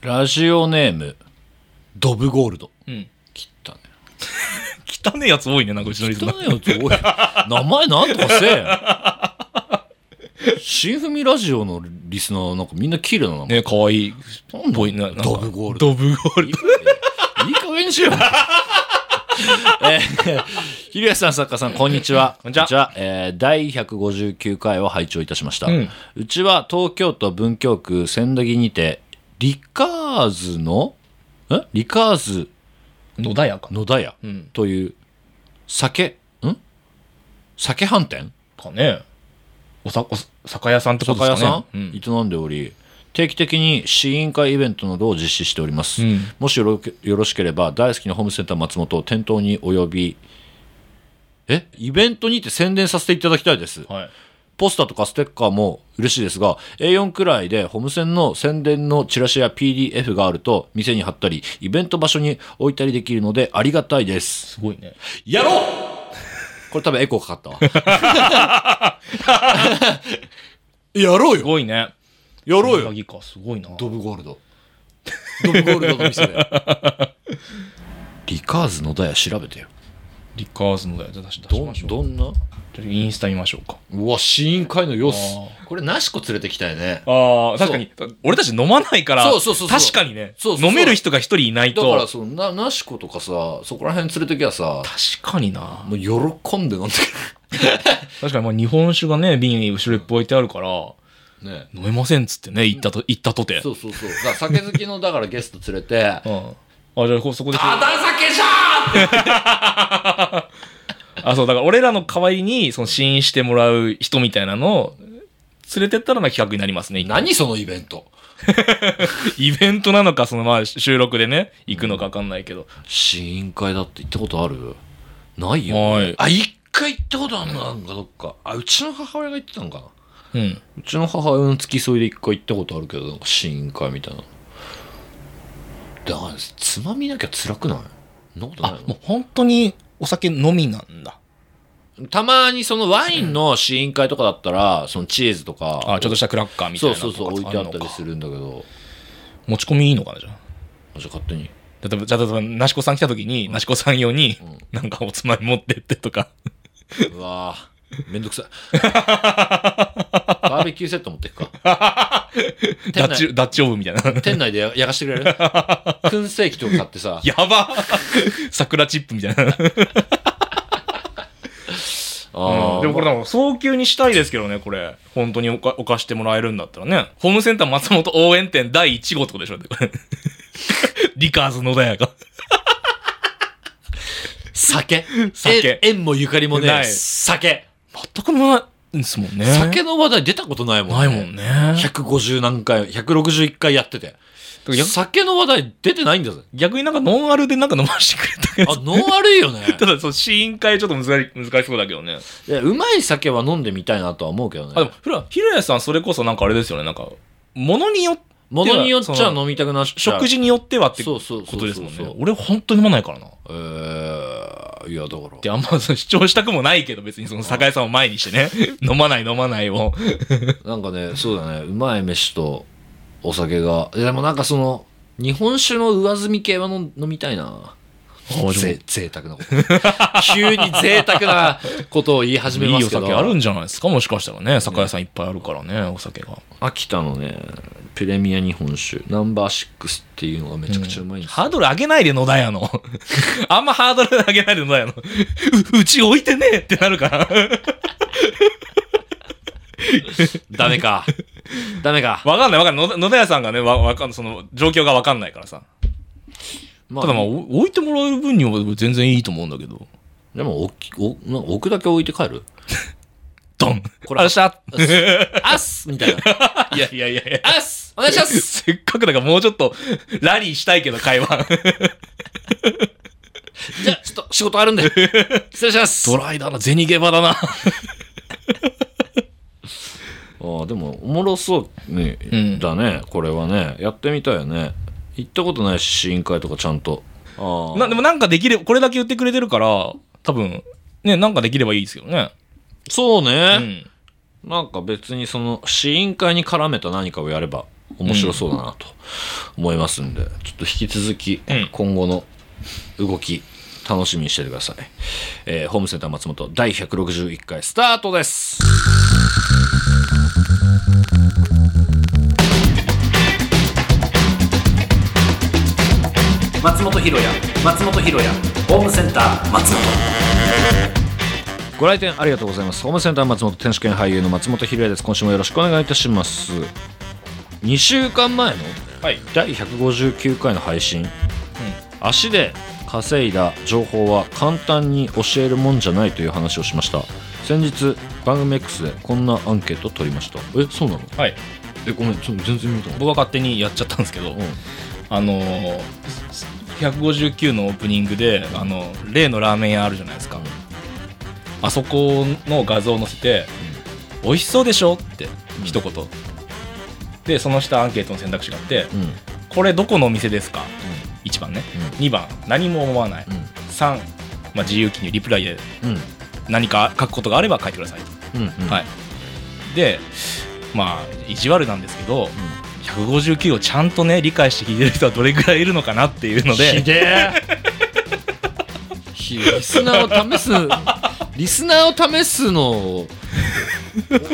ラジオネームドブゴールドうん。切ったね汚ねやつ多いね、なんかうちのリズ汚ム。いやつ多い 名前なんとかせえ新文ラジオのリスナーなんかみんな綺麗な名前、ね、可愛いなんだぽいな。なんかドブゴールドドブゴールド。いい加減にしよ う。えー、ひるやさん、作家さん、こんにちは。こんにちはえー第159回を拝聴いたしました。ううんちは東京都文京区千駄木にて、リカーズの、んリカーズ野田屋か。野田屋うん。という酒、ん酒飯店かね。おさ、おさ、酒屋さんってこと酒屋ですかさん、ね。営んでおり、定期的に試飲会イベントなどを実施しております。うん。うん。もしよろけよろしければ大好きなホームセンター松本を店頭にお呼びえイベントにて宣伝させていただきたいですはい。ポスターとかステッカーも嬉しいですが A4 くらいでホームセンの宣伝のチラシや PDF があると店に貼ったりイベント場所に置いたりできるのでありがたいですすごいね。やろうこれ多分エコーかかったわやろうすよごいね。やろうよ鍵か、すごいな。ドブゴールド。ドブゴールドの店で。リカーズ野田屋調べてよ。リカーズのだよ。出し出しどまんしょう。どんなちょっとインスタ見ましょうか。うわ、試飲会の様子あ。これ、ナシコ連れてきたよね。ああ、確かに。俺たち飲まないから、そうそうそうそう確かにねそうそうそう飲める人が一人いないだと。から、そう、な、ナシコとかさ、そこら辺連れてきゃさ、確かにな。もう喜んで飲んで確かに、まあ日本酒がね、瓶に後ろに置いてあるから、くる。ね。飲めませんっつってね、行ったと、行ったとて。そうそうそう。だから酒好きの、だからゲスト連れて、うん。あ、じゃあこ、そこで。ただ酒じゃーってあ、そう、だから俺らの代わりに、その、試飲してもらう人みたいなのを、連れてったらな企画になりますね。何そのイベント。イベントなのか、その、まあ、収録でね、行くのか分かんないけど。試飲会だって行ったことあるないよ。はい。あ、一回行ったことあるのなんかどっか。あ、うちの母親が行ってたのかなうん。うちの母親の付き添いで一回行ったことあるけど、なんか試飲会みたいな。だから、つまみなきゃ辛くないそんなことないあ、ものう本当に、お酒のみなんだ。たまにそのワインの試飲会とかだったら、そのチーズとか、あ、ちょっとしたクラッカーみたいそうなのそとうかそう使置ういのてかあったりするんだけど、持ち込みいいのかな、じゃあ。あじゃあ勝手に。例えば、じゃあ、例えば、なしこさん来た時に、なしこさん用に、なんかおつまみ持ってってとか。うわぁ、めんどくさい。 バーベキューセット持ってくか。 ダ店ッチ、内ダッチオーブンみたいな。店内でややかしてくれ る燻製機とか買ってさ、やば桜チップみたいな。あーでもこれでも早急にしたいですけどね、これ。本当におかお貸してもらえるんだったらね。ホームセンター松本応援店第1号ってことでしょ、これ。 リカーズ野田屋が。酒。酒え縁もゆかりもねないえ、酒。全くないんですもんね。酒の話題出たことないもんないもんね。 150何回、161回やってて。や酒の話題出てないんだぜ。逆になんかノンアルでなんか飲ましてくれたけあ ど。、ノンアルいよね。 ただ、そう、試飲会ちょっと難し難しそうだけどね。いや、うまい酒は飲んでみたいなとは思うけどあ、でもね。、ひろひろやさんそれこそなんかあれですよね、なんか、ものによってものによっちそゃの飲みたくなっちゃう食。事によってはってそこうそうそうそうとですもんね。俺本当に飲まないからな。えー、いや、だからっ。てあんまその主張したくもないけど別にその酒屋さんを前に してね飲まない飲まないをなんかね、そうだね、うまい飯とお酒が。いやでもなんかその、日本酒の上積み系は飲飲みたいな。ぜ贅沢なこと。 急に贅沢なことを言い始めいいまおすけど。酒あるんじゃないですかもしかしたらね酒屋さんいっぱいあるからねお酒が秋田のねプレミア日本酒ナンバー6っていうのがめちゃくちゃうまいんですよ、ハードル上げないで野田屋の あんまハードル上げないで野田屋のううち置いてねえってなるから ダメか ダメか、わかんないわかんない野田野田屋さんがねわわかんその状況がわかんないからさまただまああ、お置いてもらえる分には全然いいと思うんだけどでも置きおな置くだけ置いて帰るドンこれあっしゃあっすみたいないやいやいやいやあっすお願いしますせっかくだからもうちょっとラリーしたいけど会話じゃあちょっと仕事あ るんで失礼しますドライだな、銭ゲバだな。ああでもおもろそう、ねんだねこれはねやってみたいよね行ったことないし試飲会とかちゃんとああなでもなんかできれこれだけ言ってくれてるから、多分、ね、なんかできればいいですけどね。そうねう、ん。なんか別にその試飲会に絡めた何かをやれば面白そうだなと思いますんで、ちょっと引き続きうん今後の動き楽しみにしててください、えーホームセンター松本第161回スタートです松本ひろ松本ひろホームセンター松本ご来店ありがとうございますホームセンター松本天使兼俳優の松本ひろです今週もよろしくお願いいたします2週間前のはい第159回の配信、足で稼いだ情報は簡単に教えるもんじゃないという話をしました先日番組 X でこんなアンケート取りましたえそうなのはいえごめんちょっと全然見たこと僕は勝手にやっちゃったんですけど、あのー159のオープニングであの例のラーメン屋あるじゃないですか、うんあそこの画像を載せて「美味しそうでしょ?」って一言、でその下アンケートの選択肢があってうんうん「これどこのお店ですか?」1番ね、う2番何も思わない、うん3、まあ、自由記入リプライでうん何か書くことがあれば書いてくださいと、うんうんはいでまあ意地悪なんですけど、159をちゃんとね理解して聞いてる人はどれぐらいいるのかなっていうのひででえひリスナーを試すリスナーを試すのを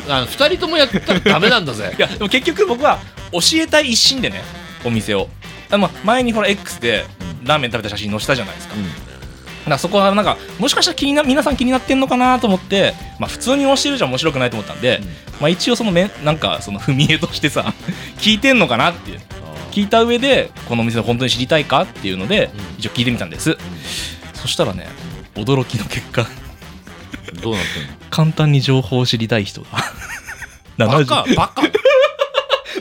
あの2人ともやったらダメなんだぜいやでも結局僕は教えたい一心でねお店をあ、まあ、前にほら X でラーメン食べた写真載せたじゃないですかだからそこはなんかもしかしたら気にな皆さん気になってんのかなと思って、まあ、普通に教えるじゃ面白くないと思ったんで、まあ、一応そのめなんかその踏み絵としてさ 聞いてんのかなっていう聞いた上でこのお店を本当に知りたいかっていうのでうん一応聞いてみたんです、そしたらね驚きの結果どうなってんの簡単に情報を知りたい人がバ70カバカ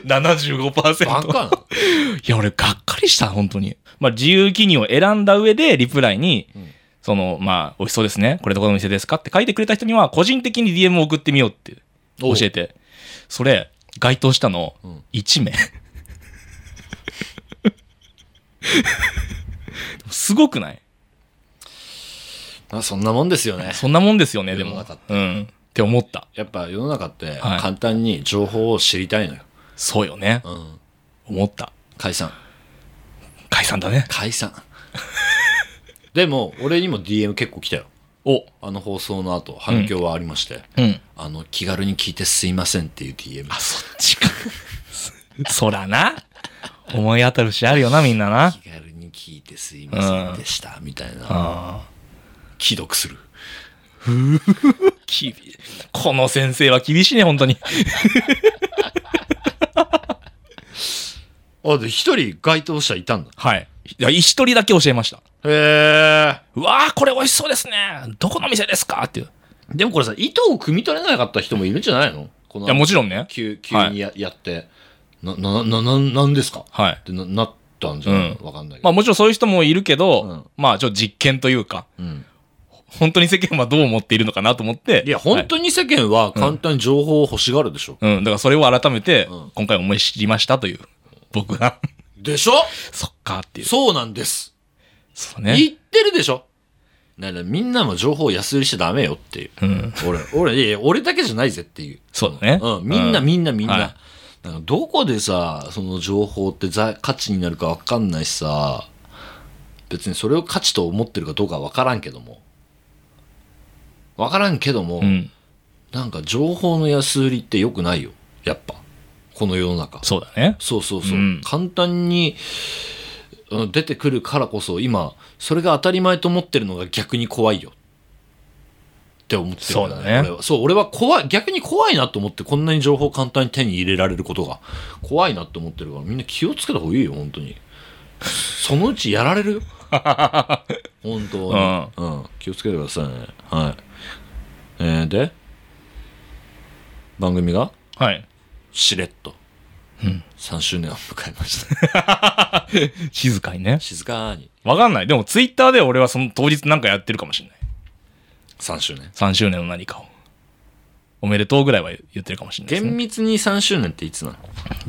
バ75%カなのいや俺がっかりした本当にまあ自由記入を選んだ上でリプライに、うんそのまあ美味しそうですねこれどこのお店ですかって書いてくれた人には個人的に DM を送ってみようって教おえてそれ該当したのうん1名すごくないまあそんなもんですよねそんなもんですよねで世のも中っうんって思ったやっぱ世の中ってはい簡単に情報を知りたいのよ、そうよねうん、思った解散解散だね解散でも俺にも DM 結構来たよおあの放送の後反響はありまして、うんあの気軽に聞いてすいませんっていう DM あ、そっちか。 そらな。思い当たる節あるよな、みんなな。気軽に聞いてすいませんでしたみたいなあ既読するあ。きびこの先生は厳しいね、本当に。あで一人該当者いたんだはい。いや、一人だけ教えました。へうわーこれ美味しそうですね。どこの店ですかっていう。えでもこれさ意図を汲み取れなかった人もいるんじゃないのこのいや、もちろんね。急急にや,、やってなななななんですかはっい。てななったんじゃない、うんわかんないけど、まあ、もちろんそういう人もいるけど、うんまあ、ちょっと実験というか、うん、本当に世間はどう思っているのかなと思って。いや本は当に世間は簡単に情報を欲しがるでしょ、いうん、だからそれを改めて、うん今回思い知りましたという、僕が、でしょそっかっていう。そうなんですそうね。言ってるでしょだからみんなも情報を安売りしちゃダメよっていううん。俺俺いやいや俺だけじゃないぜっていうそうだね。うん、みんなみんなみんな。はいなんかどこでさ、その情報ってざ価値になるかわかんないしさ、別にそれを価値と思ってるかどうかわからんけども。わからんけども、うん。なんか情報の安売りって良くないよ。やっぱ。この世の中。そうだね。そうそうそう。うん簡単にうん出てくるからこそ、今、それが当たり前と思ってるのが逆に怖いよ。って思ってるんそうだね俺はそう、俺は怖い、逆に怖いなと思って、こんなに情報簡単に手に入れられることが、怖いなと思ってるから、みんな気をつけた方がいいよ、本当に。そのうちやられる よ。本当に、うん。気をつけてくださいね。はい。えーで、番組がはい。しれっとうん3周年を迎えま した静かにね。静かにわかんない。でも、ツイッターで俺はその当日なんかやってるかもしれない。 3周年3周年の何かを。おめでとうぐらいは言ってるかもしれないです、厳ね。密に3周年っていつなの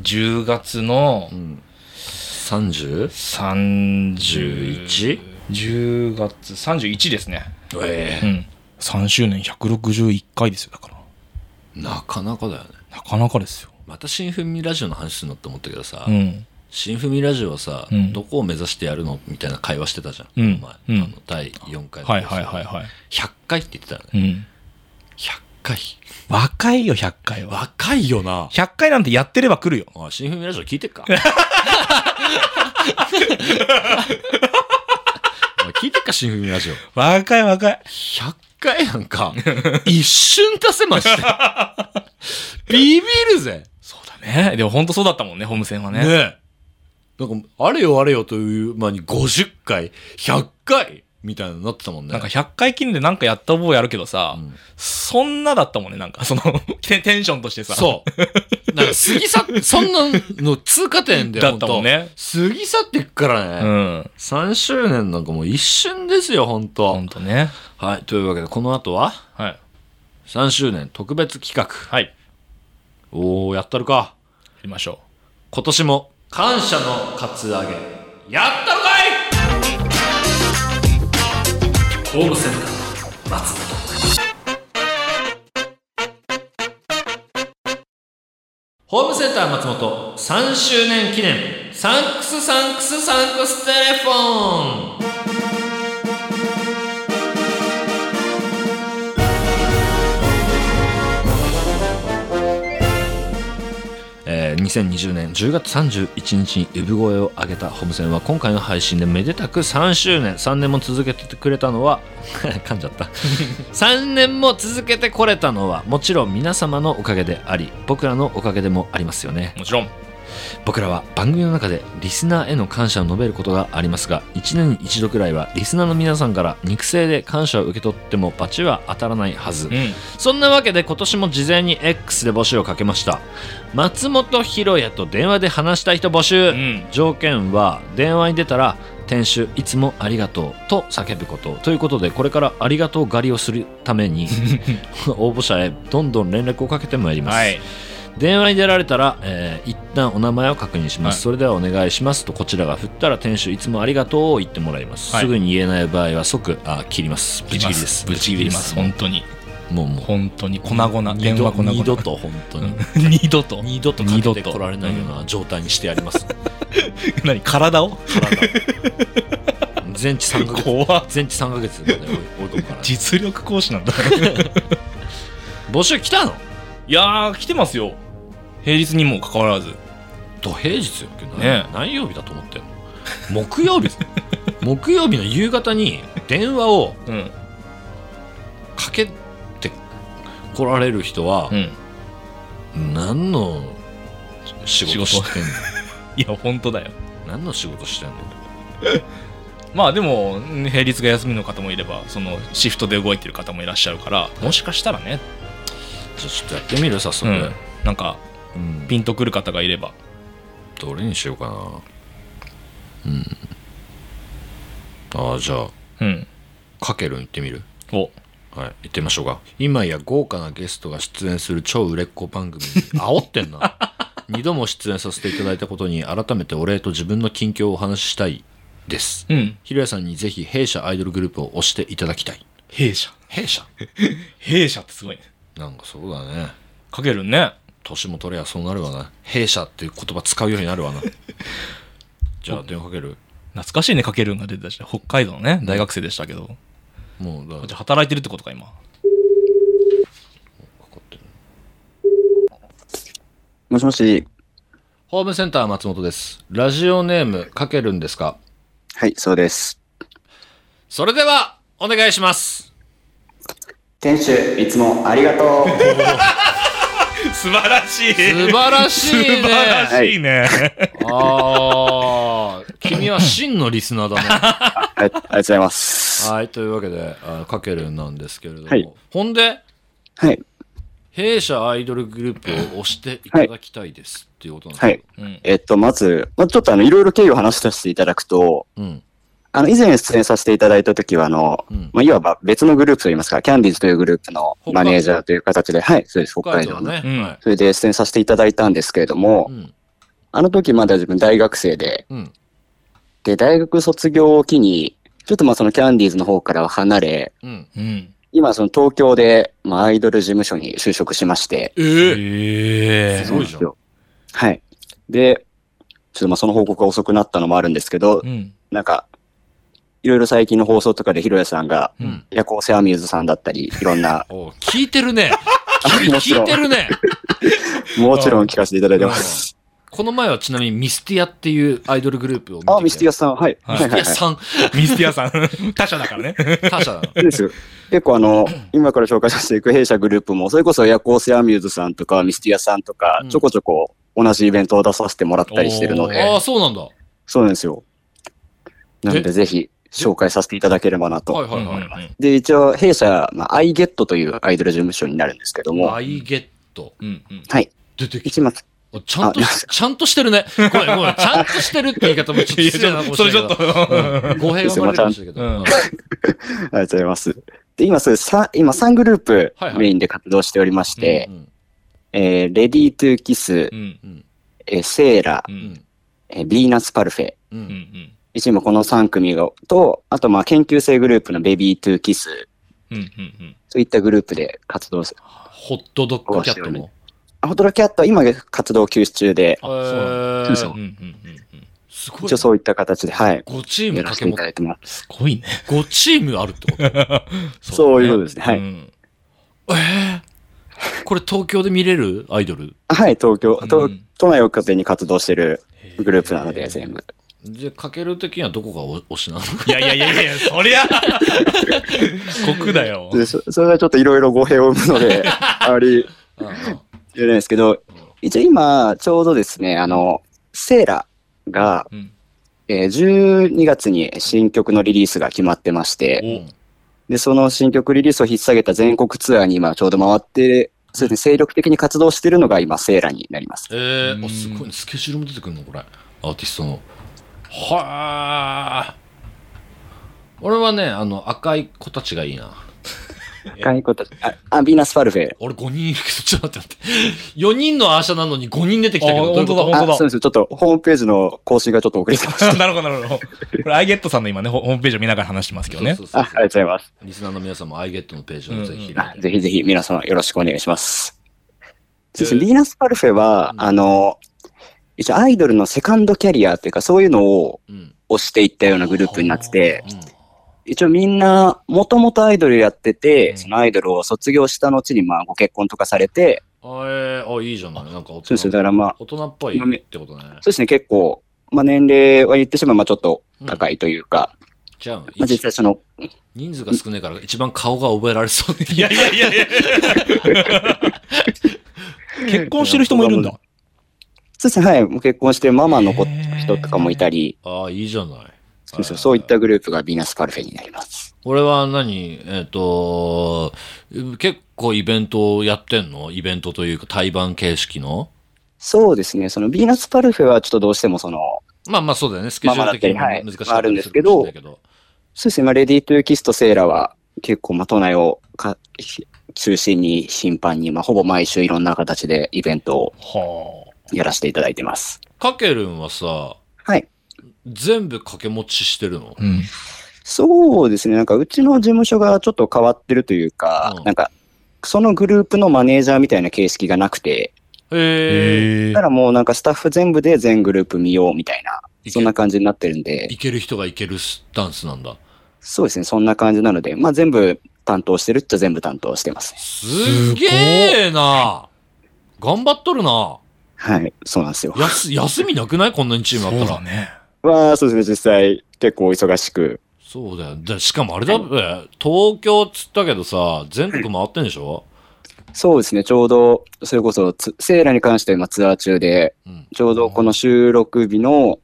10月のん 30? 30 11? 10月31ですね。えうえん。3周年161回ですよ、だから。なかなかだよねなかなかですよ。また新文ラジオの話するのって思ったけどさ、うん。新文ラジオはさ、うんどこを目指してやるのみたいな会話してたじゃん、うんお前うんあの第4回のはいはいはいはい。 100回って言ってたよねうん。 100回若いよ、100回は。若いよな100回なんてやってれば来るよ。おい新文ラジオ聞いてっ かおい聞いてっか新文ラジオ若い若い。 100回なんか一瞬出せま したビビるぜそうだね。でも本当そうだったもんね、ホーム戦はね。ねえなんかあれよあれよという間に50回100回みたいなのになってたもんねなんか100回記念でなんかやった覚えあるけどさ、うんそんなだったもんね、なんかその テ、テンションとしてさ。そうなんか過ぎ去 ってそんなの通過点でだったもんね過ぎ去っていくからうね、ん。 3周年なんかもう一瞬ですよ本当、ほんとね。はいというわけでこの後ははい。 3周年特別企画はい。やおおやったるかりましょ今年も感謝のカツアゲやったのかいホームセンター松本ホームセンター松本3周年記念サンクスサンクスサンクステレフォンえー、2020年10月31日に産声を上げたホームセンは今回の配信でめでたく3周年3年も続けてくれたのは 噛んじゃった3年も続けてこれたのはもちろん皆様のおかげであり僕らのおかげでもありますよねう。もちろん。僕らは番組の中でリスナーへの感謝を述べることがありますが1年に1度くらいはリスナーの皆さんから肉声で感謝を受け取ってもバチは当たらないはず、うん。そんなわけで今年も事前に X で募集をかけました松本博也と電話で話したい人募集、うん。条件は電話に出たら店主いつもありがとうと叫ぶことということでこれからありがとう狩りをするため に応募者へどんどん連絡をかけてまいります、はい。電話に出られたら、えー一旦お名前を確認します、はいそれではお願いしますとこちらが振ったら店主いつもありがとうを言ってもらいます、はいすぐに言えない場合は即あ切りますブチ切りですぶち切ります。も本当に。うもう本当に。粉々。二電度話粉々。二度と本当うにん。 二度と。二度とかけてこられないような状態にしてやります何体を体全治3ヶ月怖っ全治3ヶ月まで追い追い込むから、実力講師なんだ。募集来たのいやー、来てますよ。平日にもかかわらず。土平日よ今日ねえ何曜日だと思ってんの木曜 日木曜日の夕方に電話をうん。かけて来られる人はう、ん。何の仕事仕事してんのいや、本当だよ。何の仕事してんのまあでもね平日が休みの方もいればそのシフトで動いてる方もいらっしゃるからもしかしたらね、じゃあちょっとやってみる早速、うん、なんかうんピンとくる方がいればどれにしようかなうんああじゃうんあかけるん行ってみるおはい行ってみましょうか今や豪華なゲストが出演する超売れっ子番組に煽ってんな二度も出演させていただいたことに改めてお礼と自分の近況をお話ししたいですうんひろやさんにぜひ弊社アイドルグループを推していただきたい弊社弊社弊社ってすごいねなんかそうだねかけるね年も取れやそうなるわな弊社っていう言葉使うようになるわなじゃあ電話かける懐かしいねかけるが出てたし北海道のね大学生でしたけどもうだじゃあ働いてるってことか今もしもし。ホームセンター松本です。ラジオネームかけるんですかはい、そうです。それでは、お願いします。店主、いつもありがとう。 素晴らしい素晴らしいね。しいね、ああ、君は真のリスナーだ ね。はい、ありがとうございます。はい、というわけで、あかけるんなんですけれども。はいほんで、はい、弊社アイドルグループを推していただきたいです、っていうことなんですはい。うん、えっと、まず、まあ、ちょっとあの、いろいろ経緯を話させていただくと、うん。あの、以前出演させていただいたときは、あの、うん。まあ、いわば別のグループといいますか、キャンディーズというグループの北海道マネージャーという形で、はい、そうです、北北海海道道の。ね。うんはい。それで出演させていただいたんですけれどうも、ん。あの時まだ自分大学生で、うん。で、大学卒業を機に、ちょっとまあそのキャンディーズの方からは離れ、うん。うん今、その東京で、まあ、アイドル事務所に就職しまして。えええすごいじゃん、そうなんですよはい。で、ちょっとまあその報告が遅くなったのもあるんですけど、うん。なんか、いろいろ最近の放送とかでヒロヤさんが、うん。夜行性アミューズさんだったり、いろんなおう聞いてる ね。もち聞いろんて、るね。もちろん聞かせていただいてます。この前はちなみにミスティアっていうアイドルグループを見てあ、ミスティア。アさん、はい。はいはいはミいはい。スティアミスティアさん。 他社だからね。さん、他社なの。そうですよ結構あの、今から紹介させていく弊社グループも、それこそ夜行性アミューズさんとか、ミスティアさんとかう、んちょこちょこ同じイベントを出させてもらったりしてるのおーで、ああ、そうなんだ。はそうなんですよ。なので、ぜひ紹介させていただければないと。はいはい。い。で、一応、弊社、まあ、i g e t というアイドル事務所になるんですけどもア、イゲット。うんうん。出てき一松、た。ちゃんとし、ちゃんとしてるね。ごめんごめん。ちゃんとしてるって言い方もちょっといや失ち礼ょなかっともそしれれちないょっけとど。。うん語弊が生まれるかもしれないけど。うんうんありがとうございます。で、今、そうさ今、3グループはいはいメインで活動しておりましてう、んえーレディートゥーキスう、んうんえーセーラう、うんんえービーナスパルフェ、ううんうんん一部この3組がと、あとまあ研究生グループのベビートゥーキスうんうんといったグループで活動する。ホットドッグキャットも。あホトロキャットは今活動休止中でえ、あそうなんだーそうそううんうんうんすごい一応ね。そういった形で、はい、 5チームやら掛けせてい持っただいてます。すごいね。 5チームあるってことそういうことですね。はい。い。ええこれ東京で見れるアイドルはい、東京、うとん都内を拠点に活動してるグループなので、全部。で、かける的にはどこがお推しなのいやいやいやいや、そりゃ、酷だよ。でそそれはちょっといろいろ語弊を生 むので、あまり言えないですけど、一応今、ちょうどですね、あの、セーラが、うんえー12月に新曲のリリースが決まってまして、おで、その新曲リリースを引っ提げた全国ツアーに今ちょうど回って、そうですね、精力的に活動してるのが今、セーラになります。えー、うんあすごいねスケジュールも出てくるのこれアーティストのはあ。俺はねあの赤い子たちがいいな若い子たち、あ、あビーナス・ファルフェ。俺5人いるけどちょっと待 って待って4人のアーシャなのに5人出てきたけどどあういうこ本当とだあ、そうです。ちょっとホームページの更新がちょっと遅れてました。なるほど、なるほど。これ、アイゲットさんの今ね、ホホームページを見ながら話してますけどね。そうそああうそうりがとうございます。リスナーの皆さんもアイゲットのページをぜひうん開あいてぜひぜひ皆様よろしくお願いします。えーそうですね、ビーナス・パルフェは、うんあの、一応アイドルのセカンドキャリアっていうか、そういうのをうん推していったようなグループになってて、うん一応みんな、もともとアイドルやってて、うんそのアイドルを卒業した後に、まあ、ご結婚とかされて、あえーあいいじゃないなんか大そうです人ね、だからまあ、大人っぽいってことねそうですね、結構、まあ、年齢は言ってしまえば、まあ、ちょっと高いというか、じゃあまあ、実際その、人数が少ないから一番顔が覚えられそうでいやいやいやいや結婚してる人もいるんだ。そうですね、はい、もう結婚してママの子人とかもいたり、ああいいじゃないそうですねそういったグループがビーナス・パルフェになります。俺は何えっ、と、結構イベントをやってんのイベントというか対バン形式のそうですね、そのビーナス・パルフェはちょっとどうしてもその、まあまあそうだよね。スケジュール的にもまあまあだ難っしいてかはいまああるんもでしすけれなどいけど。そうですね、まあ、レディー・トゥ・キスとセーラは結構、まあ、都内をかひ中心に頻繁に、まあ、ほぼ毎週いろんな形でイベントをはやらせていただいてます。かけるんはさ、はい。全部掛け持ちしてるのあ。うん。そうですね、なんかうちの事務所がちょっと変わってるというか、うんなんか、そのグループのマネージャーみたいな形式がなくて、へえ。へだからもうなんかスタッフ全部で全グループ見ようみたいな、いそけんな感じになってるんで、いける人がいけるスタンスなんだ。そうですね、そんな感じなので、まあ全部担当してるっちゃ全部担当してますね。すげえな頑張っとるなはい、そうなんですよ。やす休みなくないこんなにチームあったそら。うだね。まあそうですね、実際結構忙しく。そうだよ。でしかもあれだべ、東京っつったけどさ、全国回ってんでしょそうですね、ちょうど、それこそつ、セーラに関しては今ツアー中で、うん。ちょうどこの収録日の、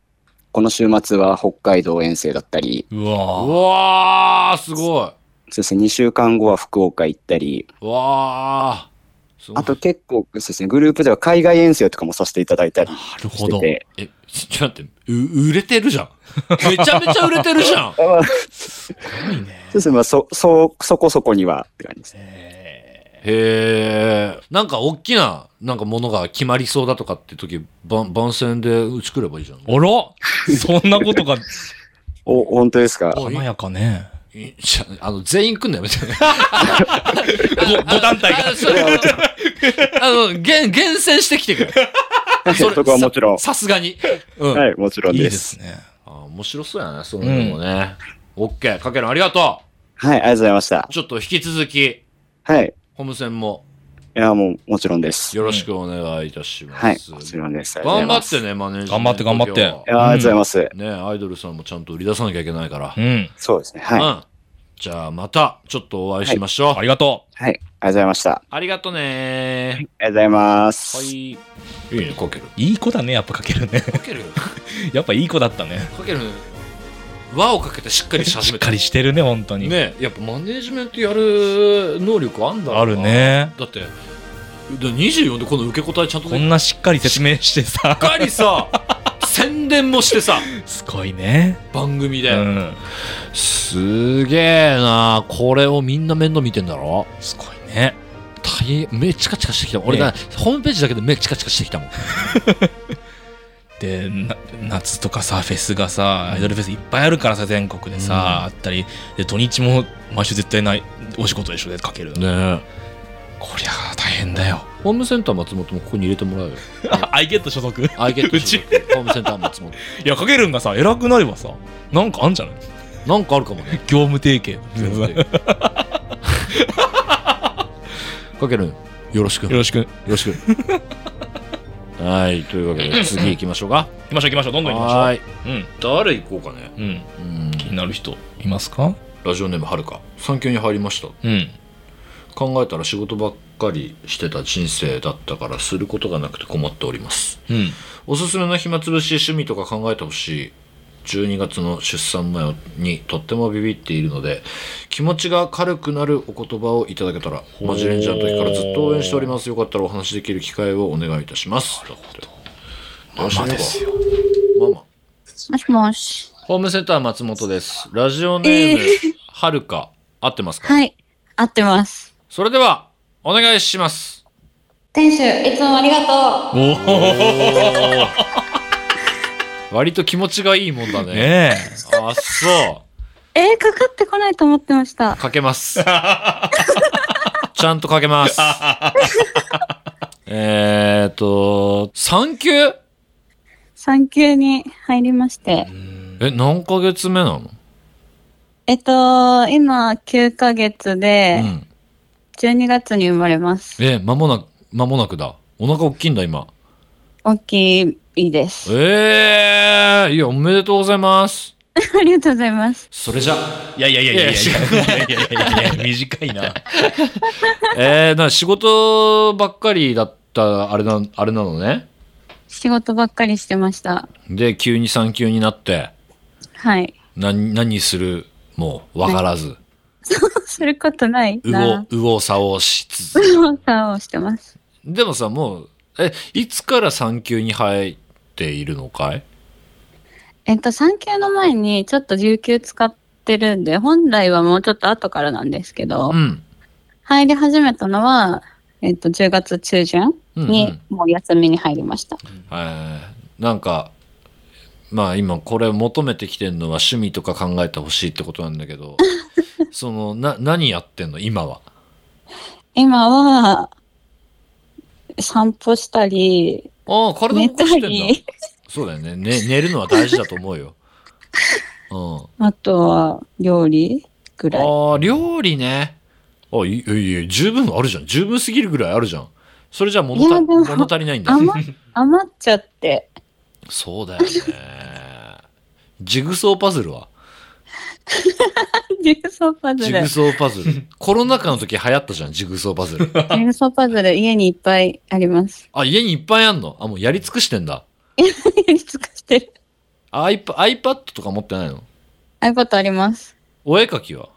この週末は北海道遠征だったり、ううわぁ。わー、すごい。そうですね、2週間後は福岡行ったり、わあ。すごいあと、結構、そうですね、グループでは海外遠征とかもさせていただいたりなるしほてど。て、え、ちょっと待って、う売れてるじゃん。めちゃめちゃ売れてるじ ゃん。あまあそうすごいね。ですね、まあ、そ、そ、そこそこにはって感じですね。へへえ。なんか大きな、なんかものが決まりそうだとかって時、番番宣で打ち来ればいいじゃん。ーあらそんなことがお、本当ですかおい華やかね。いいじゃあの、全員来んのやめ て。ご団体があそうあの、厳厳選してきてくれ。それ そこはもちろん。ささすがに。うん。はい、もちろんいいで。ですすね。あ面白そうやな、そういうのもね。オッケー、かけるんありがとはい、ありがとうございましたう。。ちょっと引き続き、はい。ホームセンもいや、もう、もちろんです。よろしくお願いいたしまはいす。、もちろんです。ありがとう頑張ございまっすて。ね、マネージャー。頑張って頑張っていや、ありがとうございます。ね、アイドルさんもちゃんと売り出さなきゃいけないからう。ん。そうですね。はい。はい、うん。じゃあ、また、ちょっとお会いしましょう。ありがとありがとうございました。ありがとねありがとうございます。ー。はい。いいね、かける。う。いい子だね、やっぱかけるね。 かけるやっぱいい子だったね。かける輪をかけてしっかりし始しっめかたりしてるね、本当に。ねやっぱマネージメントやる能力あんだなあるね。だってで24でこの受け答えちゃんとこねんなしっかり説明してさ しっ。かりさ宣伝もしてさすごいね。番組うで、ん。すげえなこれをみんな面倒見てんだろすごいね。大変目チカチカしてきたもん俺ねだ、ホームページだけで目チカチカしてきたもんで、な夏とかさ、フェスがさ、アイドルフェスいっぱいあるからさ、全国でさ、うんあったり。で、土日も毎週絶対ない、お仕事でしょ、でかける。ねこりゃあ大変だよ。ホームセンター松本もここに入れてもらうよアイゲット所属いアイゲット所 属ホームセンター松本や、かけるんがさ、偉くなればさ、なんかあんじゃないなんかあるかも ね業務提携。かけるんよろしくよろしく。行ろしくはいというわけで次行きましょうかきましょう行きましょう。どんどん行きはまーいしょう。うん。誰行こうかねうん。うん気になる人いますかラジオネームはるか産休に入りましたうん。考えたら仕事ばっかりしてた人生だったからすることがなくて困っておりますうん。おすすめの暇つぶし趣味とか考えてほしい12月の出産前にとってもビビっているので気持ちが軽くなるお言葉をいただけたらーマジレンジャーの時からずっと応援しておりますよかったらお話しできる機会をお願いいたしますなるほどママですよママもしもし。ホームセンター松本ですラジオネーム、えはるか合ってますかはい。合ってます。それではお願いします店主、いつもありがと。おお割と気持ちがいいもんだね。ねあ、そうえー、かかってこないと思ってましたう。。かけ ます。ちゃんとかけます。えっと、産休産休に入りましてえ。。え、何ヶ月目なのえっと、今、9ヶ月うで、ん。 12月に生まれます。え、間もなく、間もなくだ。お腹大きいんだ、今。大きいです。ええいや、おめでとうございます。ありがとうございます。それじゃ、いやいやいやいやいやいやいやいやいや短いな。えー、な、仕事ばっかりだった、あれな、あれなのね。仕事ばっかりしてました。で、急に産休になって、はい。 何、何する、もう、わからず。することないうな。お、うおさおしつ つ。そうさをしてます。でもさ、もう、え、いつから産休に入っているのかいえっと、産休の前にちょっと有給使ってるんで、本来はもうちょっと後からなんですけど、うん。入り始めたのは、えっと、10月中旬うん、うん。にもう休みに入りました。はいなんか、まあ今これ求めてきてるのは趣味とか考えてほしいってことなんだけ ど、その、な、何やってんの今は。今は、散歩したり、ああ、体寝動かしてんだ。たり、そうだよねね。寝るのは大事だと思う よ。うあとは料理ぐん。らい。ああ、料理ね。あ、いいやいや、十分あるじゃん。十分すぎるぐらいあるじゃん。それじゃ物い足やりでも物足りないんだ。余っ余っちゃって、 そうだよね。ジグソーパズルはジグソーパズジル、グジソーパズル。コロナ禍の時流行ったじゃん、ジグソーパズル。グソーパズル家にいっぱいあります。 あ、家にいっぱいあんのあ、もうやり尽くしてんだ。やり尽くしてる。 iP- iPad とか持ってないの iPad あります。お絵描きは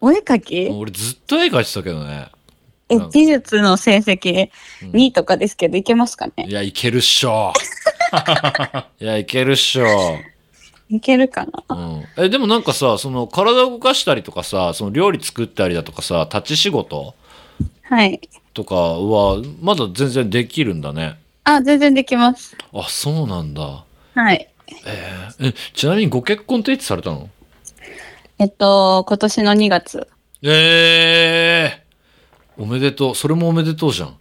お絵描き俺ずっと絵描いてたけどね。え、うん美術の成績うん2位とかですけど、いけますかねいや、いけるっしょ。いや、いけるっしょ。いけるかうなん、えでもなんかさその体を動かしたりとかさその料理作ったりだとかさ立ち仕事はい。とかはまだ全然できるんだねあ、全然できます。あそうなんだはい。えーえちなみにご結婚っていつされたのええっと、今年の2月。ええおめでとう。それもおめでとうじゃん。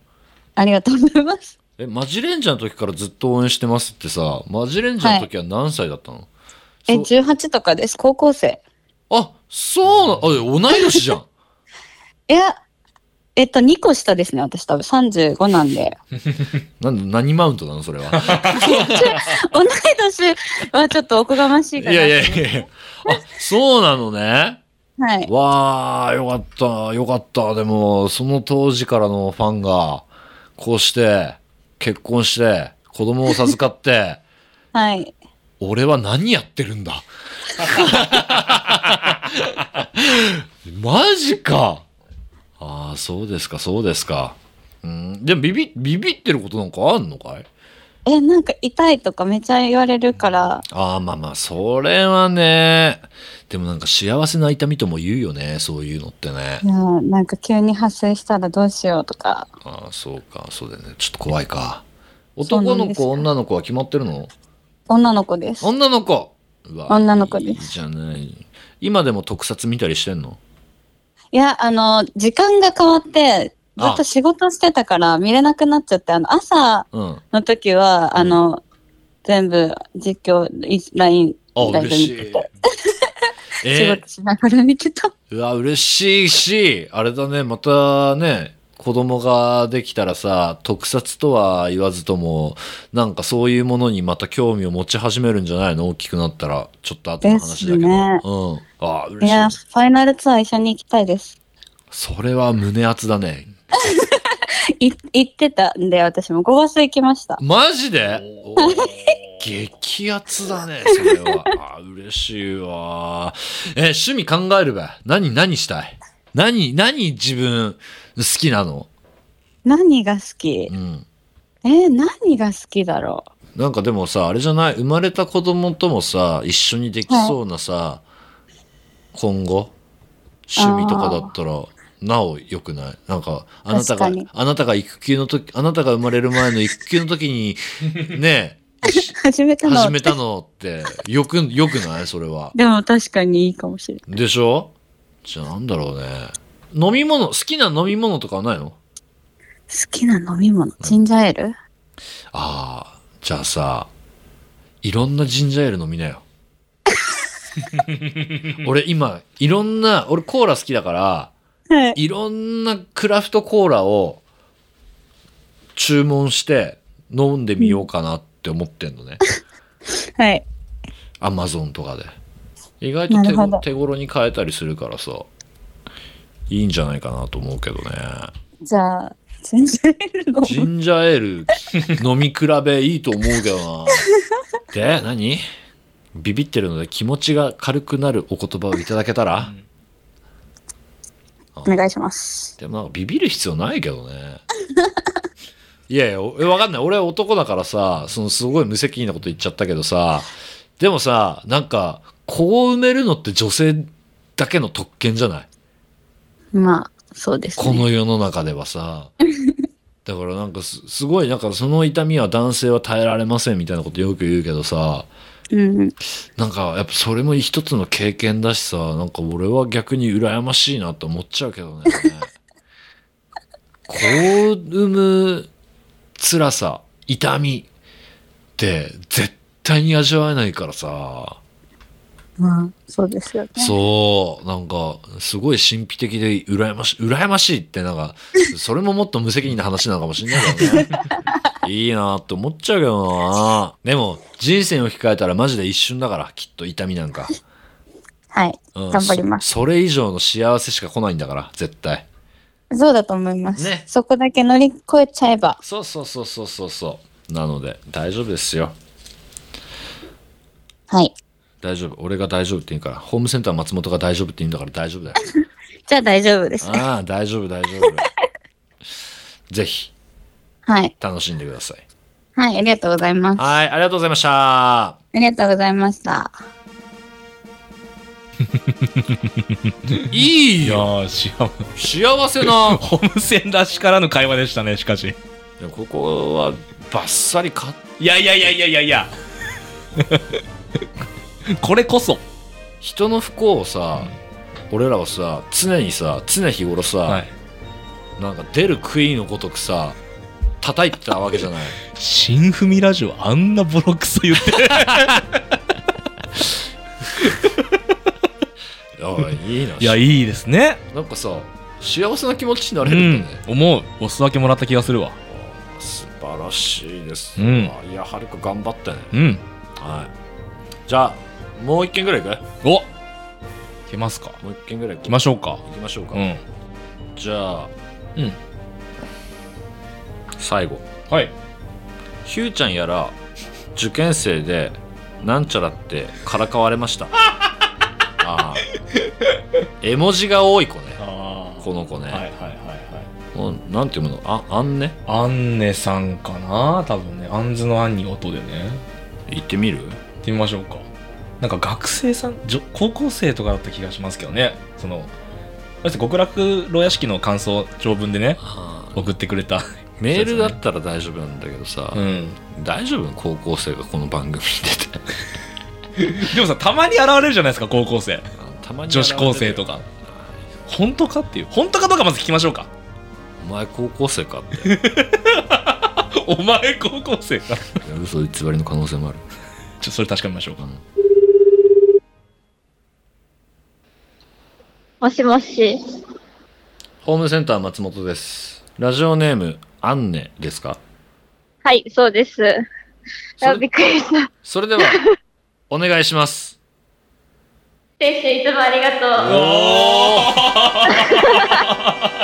ありがとうございます。え、マジレンジャーの時からずっと応援してますってさ、マジレンジャーの時は何歳だったの、え、そ18とかです。高校生。あ、そうなのあ、同い年じゃん。 いや、えっと、2個下ですね、私多分35な んで。なんで、何マウントなのそれは。同い年はちょっとおこがましい いかな。やいやいやいや。あ、そうなのね。はい。わあ、よかった、よかった。でも、その当時からのファンが、こうして、結婚して、子供を授かって、はい。俺は何やってるんだ。 マジか。ああ、そうですか、そうですか。うん、でもビビ、ビビってることなんかあんのかいえ、なんか痛いとかめちゃ言われるから、ああ、まあまあ、それはね。でもなんか幸せな痛みとも言うよね、そういうのってね。いやなんか急に発生したらどうしようとか。ああ、そうか、そうだよね。ちょっと怖いか。そうな男んのですよ子、女の子は決まってるの女の子です。女の子うわ女の子ですいいじゃない。今でも特撮見たりしてんのいや、あの、時間が変わって、ずっあと仕事してたから見れなくなっちゃって、あの、朝うん。の時は、あの、全部実況、い LINE、あ、ライブ嬉し見いてて。仕え事しながら見てた。ー、うわ、嬉しいし、あれだね、またね、子供ができたらさ、特撮とは言わずとも、なんかそういうものにまた興味を持ち始めるんじゃないの大きくなったら、ちょっと後の話だけど。ですねうん。あ、い嬉しいや、。ファイナルツアー一緒に行きたいです。それは胸熱だね。い行ってたんで、私も5月行きました。マジでお 激アツだね、それは。あー嬉しいわ。えー、趣味考えるべ。何、何したい何、何自分好きなの何が好きうん。えー何が好きだろなんかでもさ、あれじゃない生まれた子供ともさ、一緒にできそうなさ、今後、趣味とかだったら、なお良くないなんか、あなたが確かに、あなたが育休の時、あなたが生まれる前の育休の時に、ね、う始めたの始めたのって、よく、よくないそれは。でも確かにいいかもしれない。でしょじゃあなんだろうね。飲み物、好きな飲み物とかはないの好きな飲み物、ジンジャーエールああ、じゃあさ、いろんなジンジャーエール飲みなよ。 俺今、いろんな、俺コーラ好きだから、はい。いろんなクラフトコーラを注文して飲んでみようかなって思ってんのね。はい。アマゾンとかで。意外とな手るほごど手頃に買えたりするからさ、いいんじゃないかなと思うけどね。じゃあ、ジンジャーエールの。ジンジャーエール飲み比べいいと思うけ どな。で、何ビビってるので気持ちが軽くなるお言葉をいただけたら、お願いします。でもなんかビビる必要ないけどね。いやいや、おえわかんない。俺は男だからさ、そのすごい無責任なこと言っちゃったけどさ、でもさ、なんか、子を埋めるのって女性だけの特権じゃないまあ、そうですね。この世の中ではさ。だからなんかすすごい、なんかその痛みは男性は耐えられませんみたいなことよく言うけどさ、うんうん。なんかやっぱそれも一つの経験だしさ、なんか俺は逆に羨ましいなと思っちゃうけどね。子を産む辛さ、痛みって絶対に味わえないからさ、まあ、そうですよね。そう、なんか、すごい神秘的で、羨ましい、羨ましいって、なん か、それももっと無責任な話なのかもしれないけどね。いいなって思っちゃうけどなでも、人生を控えたらマジで一瞬だから、きっと痛みなんか。はい。うん頑張りますそ。それ以上の幸せしか来ないんだから、絶対。そうだと思います。ねそこだけ乗り越えちゃえば。そうそうそうそうそうそう。なので、大丈夫ですよ。はい。大丈夫。俺が大丈夫って言うから、ホームセンター松本が大丈夫って言うんだから大丈夫だよ。じゃあ大丈夫です。ああ、大丈夫、大丈 夫。ぜひ、はい。楽しんでください。はい、ありがとうございます。あはい、ありがとうございました。りがとうございました。いいいやよ。ーしかも幸せな。ホームセンらしからぬ会話でしたねしかしここはバッサリカッいやいやいやいやいやいやこれこそ人の不幸をさ、俺らはさ常にさ常日頃さ、はい、なんか出る杭のごとくさ叩いてたわけじゃ ない新文ラジオあんなボロクソ言ってるあいいないやいいですねなんかさ幸せな気持ちになうれるんんだね、思うお裾分けもらった気がするわあ素晴らしいです、うんあいやはるか頑張ったね、うんはいじゃあもう一件ぐらい行くおいけますかもう一件ぐらい行行きましょうか行きましょうか、うんじゃあうん最後はいひゅーちゃんやら受験生でなんちゃらってからかわれま したああ絵文字が多い子ねあこの子ね、いはいはいもうなんて読むのああんねアンネさんかな多分ねアンズのアンに音でね行ってみる行ってみましょうかなんか学生さんじょ高校生とかだった気がしますけどねそのそして極楽牢屋敷の感想長文でねああ送ってくれたメールだったら大丈夫なんだけどさ、うん大丈夫高校生がこの番組に出て でもさたまに現れるじゃないですか高校生たまに女子高生とか本当かっていう本当かどうかまず聞きましょうか お前高校生かってお前高校生か嘘偽りの可能性もあるちょそれ確かめまし ょうかもしもし。ホームセンター松本ですラジオネームアンネですかはい、そうです。そあれびっくりした。それではお願いし ます先生、いつもありがとう。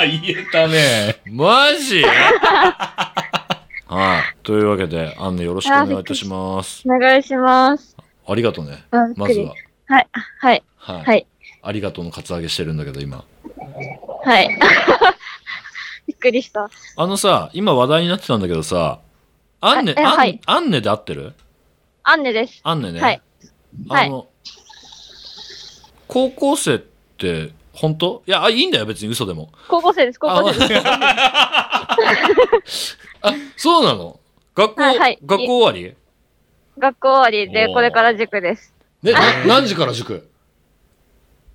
お言えたねマジはいというわけでアンネよろしくお願いいたしますお願いします。ありがとうねあびっまくずりは。はい、はい、はい、ありがとうのカツアゲしてるんだけど今はい。 びっくりした。あのさ今話題になってたんだけどさアンネ、はいえアンはいアンネで合ってるアンネです。アンネね、はいはいあの、高校生って本当いやあいいんだよ別に嘘でも高校生です、高校生です。あそうなの学校、はいはい学校終わり学校終わりで、おーこれから塾です。ねな何時から塾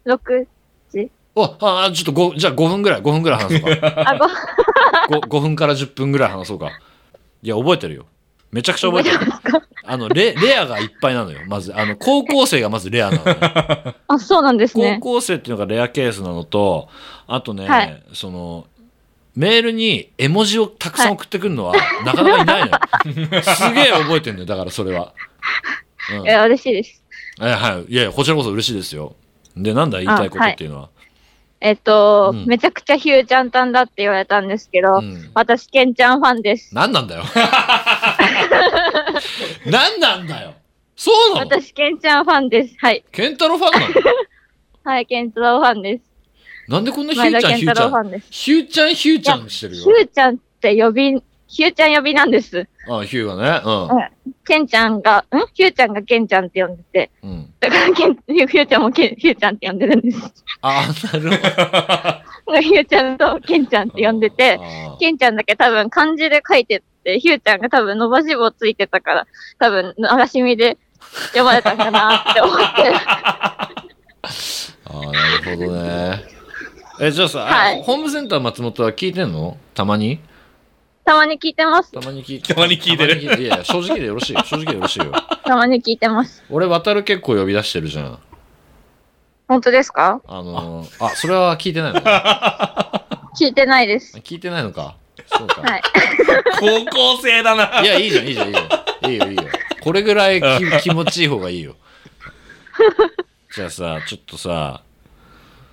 6、ああちょっとごじゃあ5分ぐらい5分ぐらい話そうか あ、ご、 5, 分から10分ぐらい話そうかいや覚えてるよめちゃくちゃ覚えて るあのレレアがいっぱいなのよまずあの高校生がまずレアなのよあ、そうなんです高ね。校生っていうのがレアケースなのとあとね、はいそのメールに絵文字をたくさん送ってくるのは、 なかなかいないのよすげえ覚えてるのよだからそれは、うん、いや、嬉しいです。えはいいやいやこちらこそ嬉しいですよでなんだ言いたいことっていうのは、えっと、うんめちゃくちゃヒューちゃんたんだって言われたんですけど、うん私、ケンちゃんファンです。何なんだよ何なんだよそうなの私、ケンちゃんファンです。はい。ケンタロウファンなのはい、ケンタロウファンです。なんでこんなヒュ前ー田ちゃん健ヒュー太ちゃ郎ファんンです。ヒューちゃんヒューちゃんしてるヒよューちゃんって呼び、ヒューちゃん呼びなんです。あヒューがねケンちゃんが、んヒューちゃんがケンちゃんって呼んでて、うん、うん、だからケン、ヒューちゃんもケンヒューちゃんって呼んでるんです。あなるほヒューちゃんとケンちゃんっどて呼んでて、あケンちゃんだけ多分漢字で書いてって、ヒューちゃんが多分伸ばし棒ついてたから、多分流し見で呼ばれたんかなって 思って。ああなるほどね。え、じゃあさ、はいホームセンター松本は聞いてんのたまにたまに聞いてます。たまに聞いてたまに聞いてるたまにいやいや、正直でよろしいよ。正直でよろしいよ。たまに聞いてます。俺、渡る結構呼び出してるじゃん。本当ですかあのーあ、それは聞いてないのか。聞いてないです。聞いてないのか。そうか。、はい。高校生だないや、いいじゃん、いいじゃん、いいじゃん。いいよ、いいよ。これぐらいき気持ちいい方がいいよ。じゃあさ、ちょっとさ、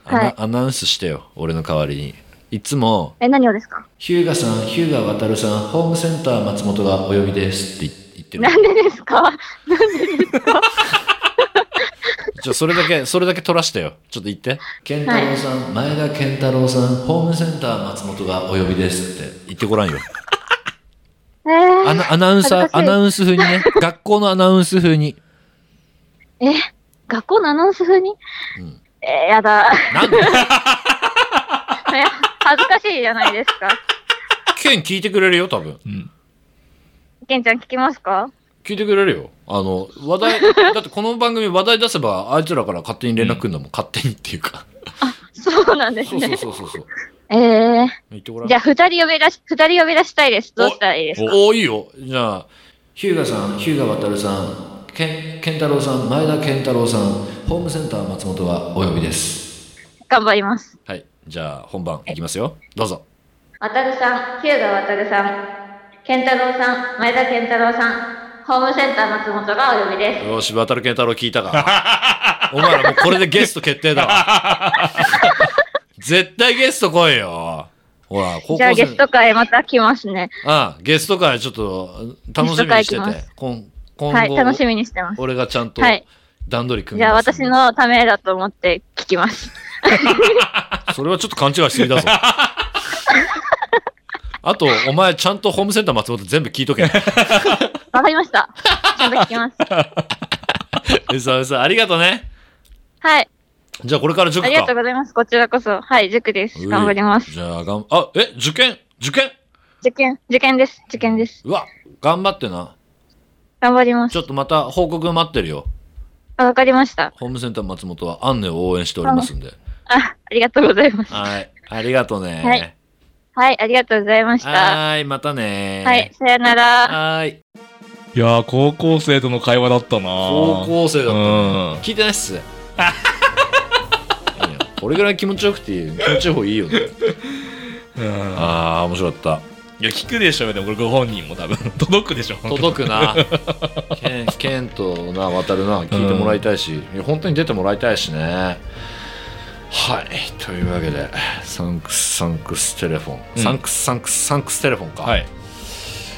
アナ,、はいアナウンスしてよ、俺の代わりに。いつも、え、何をです かヒューガさん、ヒューガ渡るさん、ホームセンター松本がお呼びですって言ってる。なんでですかちょ、それだけ、それだけ取らしてよ。ちょっと言って。健太郎さん、前田健太郎さん、ホームセンター松本がお呼びですって言ってごらんよ。えーアナアナウンサー恥ず、かしアいナウンス風にね。学校のアナウンス風に。え、学校のアナウンス風に、うんえー、やだ。なんでえ恥ずかしいじゃないですか。ケン聞いてくれるよ、多分。うんケンちゃん聞きますか聞いてくれるよ。あの、話題、だってこの番組話題出せば、あいつらから勝手に連絡くんだもん。勝手にっていうか。そうなんですそうそねう。そうそうそう。ええ言ってごらんじゃ。あ、二人呼び出し、二人呼び出したいです。どうしたらいいですかおおいいよじゃあ日向さん日向渉さんけん健太郎さん前田健太郎さんホームセンター松本はお呼びです頑張ります。はいじゃあ本番いきますよどうぞわたるさん、日向わたるさん、健太郎さん、前田健太郎さん、ホームセンター松本がお呼びです。 よし渉健太郎聞いたか お前らもうこれでゲスト決定だわ絶対ゲスト来いよほら高校じゃあ生ゲスト会また来ますね。ああゲスト会ちょっと楽しみにしてゲスト会来まて今今後、はい、楽しみにしてます。俺がちゃんとはい段取り組みじゃあますん私で、のためだと思って聞きます。それはちょっと勘違いしすぎ だぞ。あと、お前、ちゃんとホームセンター松本全部聞いとけ。わかりました。ちゃんと聞き ます。うさうさ、ありがとね。はい、じゃあ、これから塾か。ありがとうございます。こちらこそ。はい、塾です。うい頑張ります。じゃあ、がん、あ、え、受験受験受験、受験です。受験です。うわ、頑張ってな。頑張ります。ちょっとまた報告待ってるよ。あわかりました。ホームセンター松本はアンネを応援しておりますんで。あ、ありがとうございます。はい。ありがとはねい。はい、ありがとうございましはた。ーい、またね。はい、。さよなら。はーい。いやー、高校生との会話だったな高校生だったねうん。聞いてないっ す。いやこれぐらい気持ちよくていいよ気持ちよい方いいよね。うんああ、面白かった。いや、聞くでしょうね。これご本人も多分。 届くでしょ。届くなケンケンとな渡るな聞いてもらいたいし、いや本当に出てもらいたいしねはいというわけでサンクスサンクステレフォン、うんサンクスサンクスサンクステレフォンか、はい。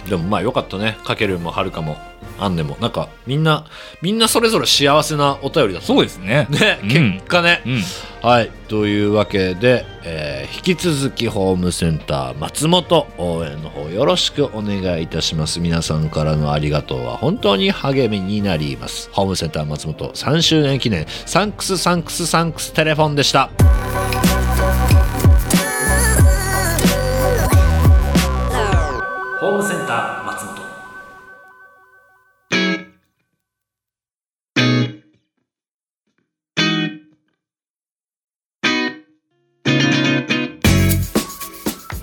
でもまあよかったねかけるもはるかもアンネもなんかみんなみんなそれぞれ幸せなお便りだったそうですね。ねうん結果ね、うん。はいというわけで、えー引き続きホームセンター松本応援の方よろしくお願いいたします皆さんからのありがとうは本当に励みになりますホームセンター松本3周年記念サンクスサンクスサンクステレフォンでしたホームセンター松本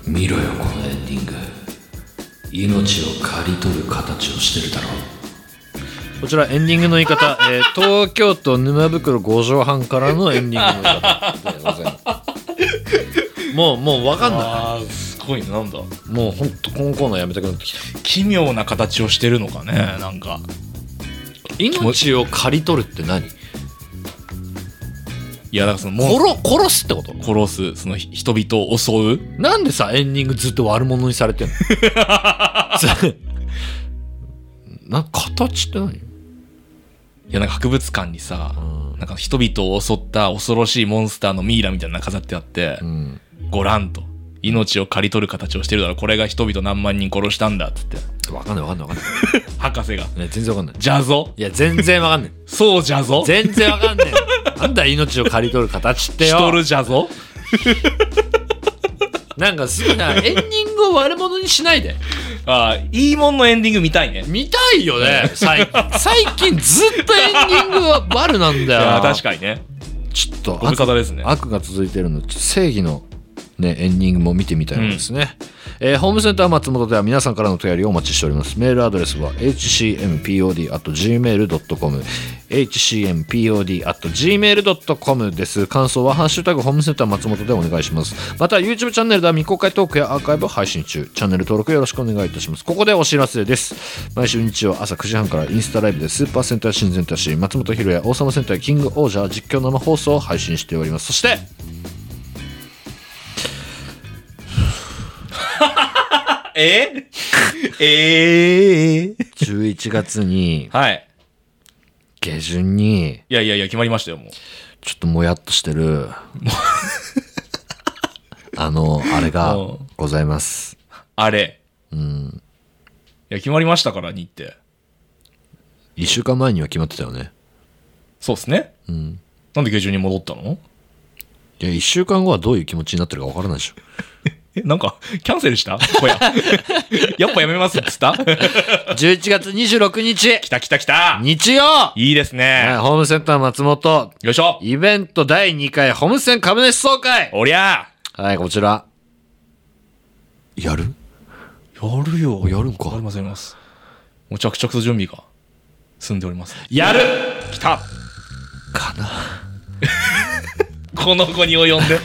見ろよこのエンディング命を刈り取る形をしてるだろうこちらエンディングの言い方、えー東京都沼袋五畳半からのエンディングの言い方でございますもうもう分かんなあー、すごいね。なんだ。いもうほんとこのコーナーやめたくなってきた奇妙な形をしてるのかね。なんか。命を刈り取るって何殺いや、だからその、もう、殺すってこと殺す、その、ひ人々を襲う。なんでさエンディングずっと悪者にされてんのず な形って何いや、なんか博物館にさ、うんなんか人々を襲った恐ろしいモンスターのミイラみたいなのが飾ってあって、うんご覧と。命を刈り取る形をしてるだろ。これが人々何万人殺したんだ。つって。わかんないわかんないわかんない博士が。ね全然わかんないじゃぞ。いや全然わかん ないそうじゃぞ。全然わかんねえ。なんだ命を刈り取る形ってしとよる。じゃぞ。なんかすぐな、エンディングを悪者にしないで。ああ、いいもんのエンディング見たいね。見たいよ ね、最近。最近ずっとエンディングは悪なんだいよやな。確かにね。ちょっとご無悪沙汰ですね。悪が続いてるので、正義の。ね、エンディングも見てみたいもんですね、えーホームセンター松本では皆さんからのお便りをお待ちしておりますメールアドレスは hcmpod.gmail.com hcmpod.gmail.com です感想は「ハッシュタグホームセンター松本」でお願いしますまた YouTube チャンネルでは未公開トークやアーカイブを配信中チャンネル登録よろしくお願いいたしますここでお知らせです毎週日曜朝9時半からインスタライブでスーパーセンター新センターシー松本ひろや王様センターキングオージャー実況生放送を配信しておりますそしてえ ええ11月にはい。下旬にいやいやいや、決まりましたよ、もう。ちょっともやっとして るあのあれがうんございますあれ。うんいや、決まりましたから、日程。 1週間前には決まってたよねそうっすね。うんなんで下旬に戻ったのいや1週間後はどういう気持ちになってるかわからないでしょえ、なんか、キャンセルしたここや。 やっぱやめますっつった11月26日、来た来た来た日曜、いいですはいね。ホームセンター松本、よいしょイベント第2回ホームセン株主総会おりゃはい、こちら。やるやるよやるんかありますあります。もう着々と準備が済んでおります。やる来たかな。この子に及んで。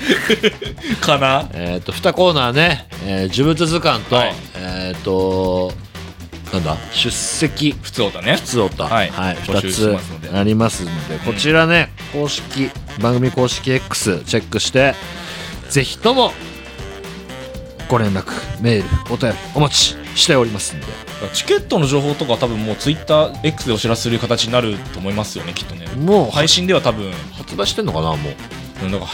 かなえっ、と、2コーナーね、えー、呪物図鑑と、はいえっ、と、なんだ、出席普通だね。つおた、はい募2集してつますのでありますんで、こちらね、公式、番組公式 X チェックして、ぜひとも、ご連絡、メール、お便り、お待ちしておりますんで。チケットの情報とか多分もう TwitterX でお知らせする形になると思いますよね、きっとね。もう、配信では多分、発売してんのかな、もう。うんなんか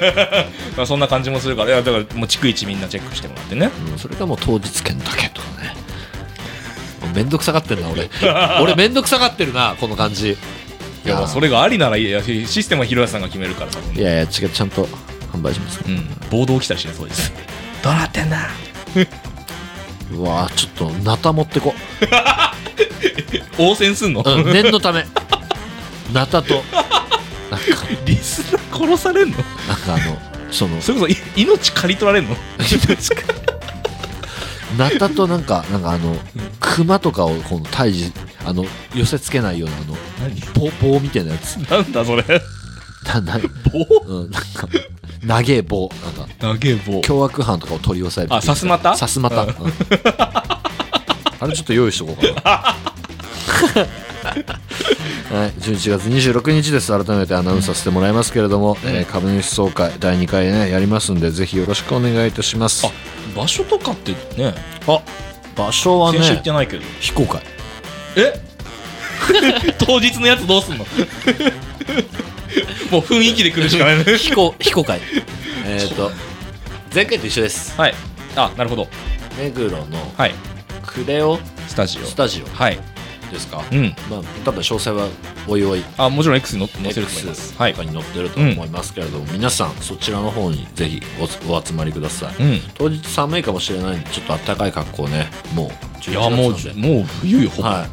まあそんな感じもするから、いやだからもう逐一みんなチェックしてもらってね。うんそれかもう当日券だけとかねもうめんどくさがってるな 俺俺めんどくさがってるなこの感じいいや、まあそれがありならいいや、システムは広瀬さんが決めるから多分。いやいや違うちゃんと販売しますうん、暴動起きたりしないそうです。 どうなってんだうわーちょっとナタ持ってこ、応戦すんの、うん、念のためナタとなんかリスナー殺されんのなんかあのそのそれこそい命刈り取られんのナタとなんかなんかあの熊とかをこの退治あの寄せつけないようなあの 何棒棒みたいなやつなんだそれなな,、棒うん、なんか長え棒なんか投げ棒凶悪犯とかを取り押さえるあさすまたさすまた、うんうん あれちょっと用意しとこうか なはい、11月26日です改めてアナウンスさせてもらいますけれども、えー株主総会第2回ねやりますんでぜひよろしくお願いいたしますあ場所とかってねあ場所は先週行ねってないけど非公開え 当日のやつどうすんのもう雰囲気で来るしかないね非公非公 開えっと前回と一緒です はいあなるほど目黒のはいクレオスタジスオタジはいオですか、うんまあ多分詳細はおいおいあもちろん X に載載せると思います X はとかいに載ってると思いますけれども、皆さんそちらの方にぜひおお集まりくださいうん当日寒いかもしれないんでちょっと暖かい格好ねもういやもう11月なんでもう冬よほぼ、は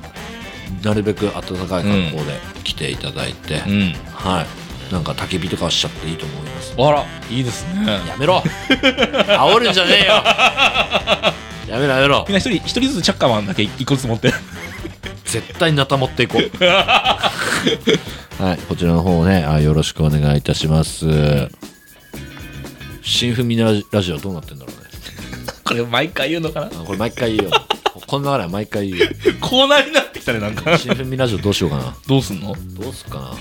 いなるべく暖かい格好で来ていただいて、うんはいなんか焚き火とかはしちゃっていいと思いますあらいいですねやめろ煽るんじゃねえよやめろやめろみんな一人一人ずつチャッカーマンだけ一個ずつ持って絶対なた持っていこ うはいこちらの方をねあよろしくお願いいたします新文ラジラジオどうなってんだろうねこれ毎回言うのか なあこれ毎回言うよこんなから毎回言うよコーナーになってきたねなんか新文ラジオどうしようかなどうすんのどうすっかな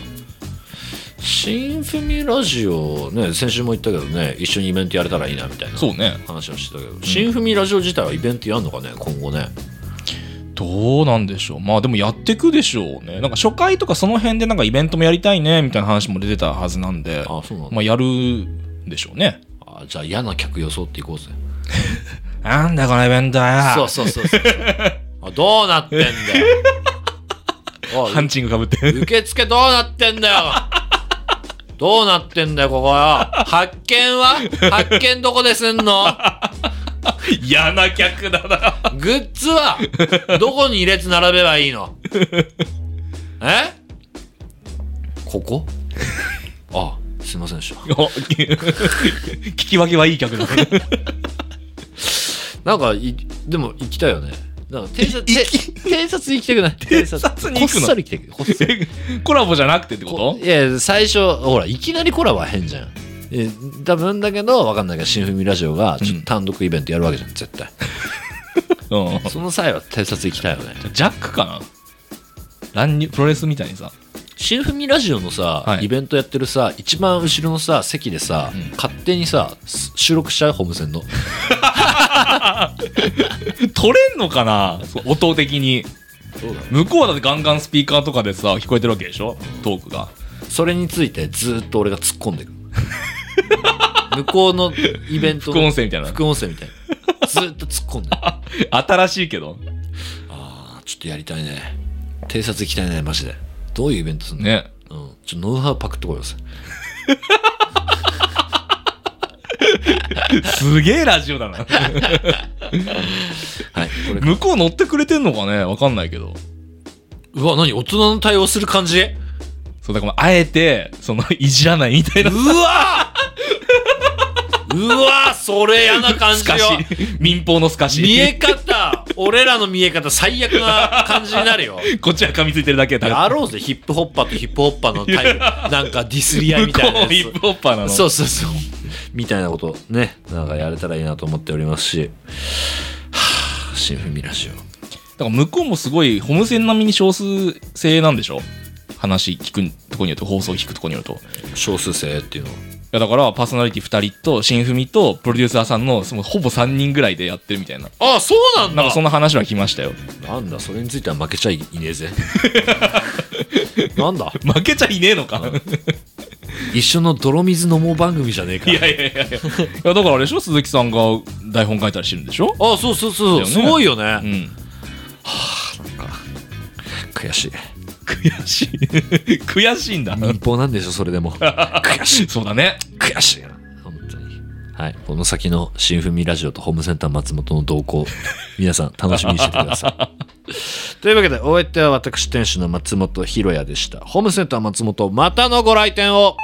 新文ラジオね先週も言ったけどね一緒にイベントやれたらいいなみたいなそうね話をしてたけど、新文ラジオ自体はイベントやんのかね今後ねどうなんでしょうまあでもやってくでしょうねなんか初回とかその辺でなんかイベントもやりたいねみたいな話も出てたはずなんであそうなんだ、まあやるんでしょうねあ、じゃあ嫌な客装っていこうぜなんだこのイベントはそうそうそうそうあどうなってんだよ おいハンチングかぶって受付どうなってんだよどうなってんだよここよ発見は発見どこですんの 嫌な客だなグッズはどこに列並べばいいのえここあすいませんでしたお 聞き分けはいい客だね なんかいでも行きたいよねなんか偵察て偵察行きたくない偵察に行くのこっそり行きたいこっそりコラボじゃなくてってここいや最初ほらいきなりコラボは変じゃんえ多分だけど分かんないけど新文ラジオがちょっと単独イベントやるわけじゃん絶対、とうんその際は偵察行きたいよねジャックかな乱入プロレスみたいにさ新文ラジオのさ、はいイベントやってるさ一番後ろのさ席でさ、うん勝手にさす収録しちゃうホームセンの 取れんのかなそう音的にそうだ向こうはだってガンガンスピーカーとかでさ聞こえてるわけでしょトークがそれについてずーっと俺が突っ込ん でく向こうのイベント副の音声みたいな副音声みたいなずーっと突っ込んであ新しいけどあーちょっとやりたいね偵察行きたいねマジでどういうイベントすんの、ねうん、ちょっとノウハウパクってこいよそれすげえラジオだな。はい、これ向こう乗ってくれてんのかねわかんないけど。うわ、何大人の対応する感じそう、だからあえて、その、いじらないみたいうな。わうわそれ嫌な感すじ かよし。民放のすかし。見え方、俺らの見え方最悪な感じになる よ。こっちは噛みついてるだけだからやろうぜ、ヒップホッパーとヒップホッパーの対 応。なんかディスり合いみ向こたいうなもヒやップホッパーなの。つ。そうそうそう。みたいなこと、ね、なんかやれたらいいなと思っておりますし。はぁ、新フミラジオ。だから向こうもすごいホームセン並みに少数制なんでしょ話聞くとこによると放送聞くとこによるとい少数制っていうのは。やだからパーソナリティ2人と新文とプロデューサーさんのそのほぼ3人ぐらいでやってるみたいなあそうなんなんかそんな話は聞きましたよなんだ、それについては負けちゃいねえ ぜ。なんだ負けちゃいねえのか一緒の泥水飲もう番組じゃねえか。 いやいやいやいやいやだからあれでしょ鈴木さんが台本書いたりしてるんでしょあそうそうそう、だよねすごいよね。うん悔しい。悔しい 悔しいんだ民放なんでしょ、それで も。悔しい。そうだね悔しいな。本当に。はい。この先の新踏みラジオとホームセンター松本の動向、皆さん楽しみにしててくださ い。というわけで、お相手は私店主の松本ひろやでした。ホームセンター松本、またのご来店を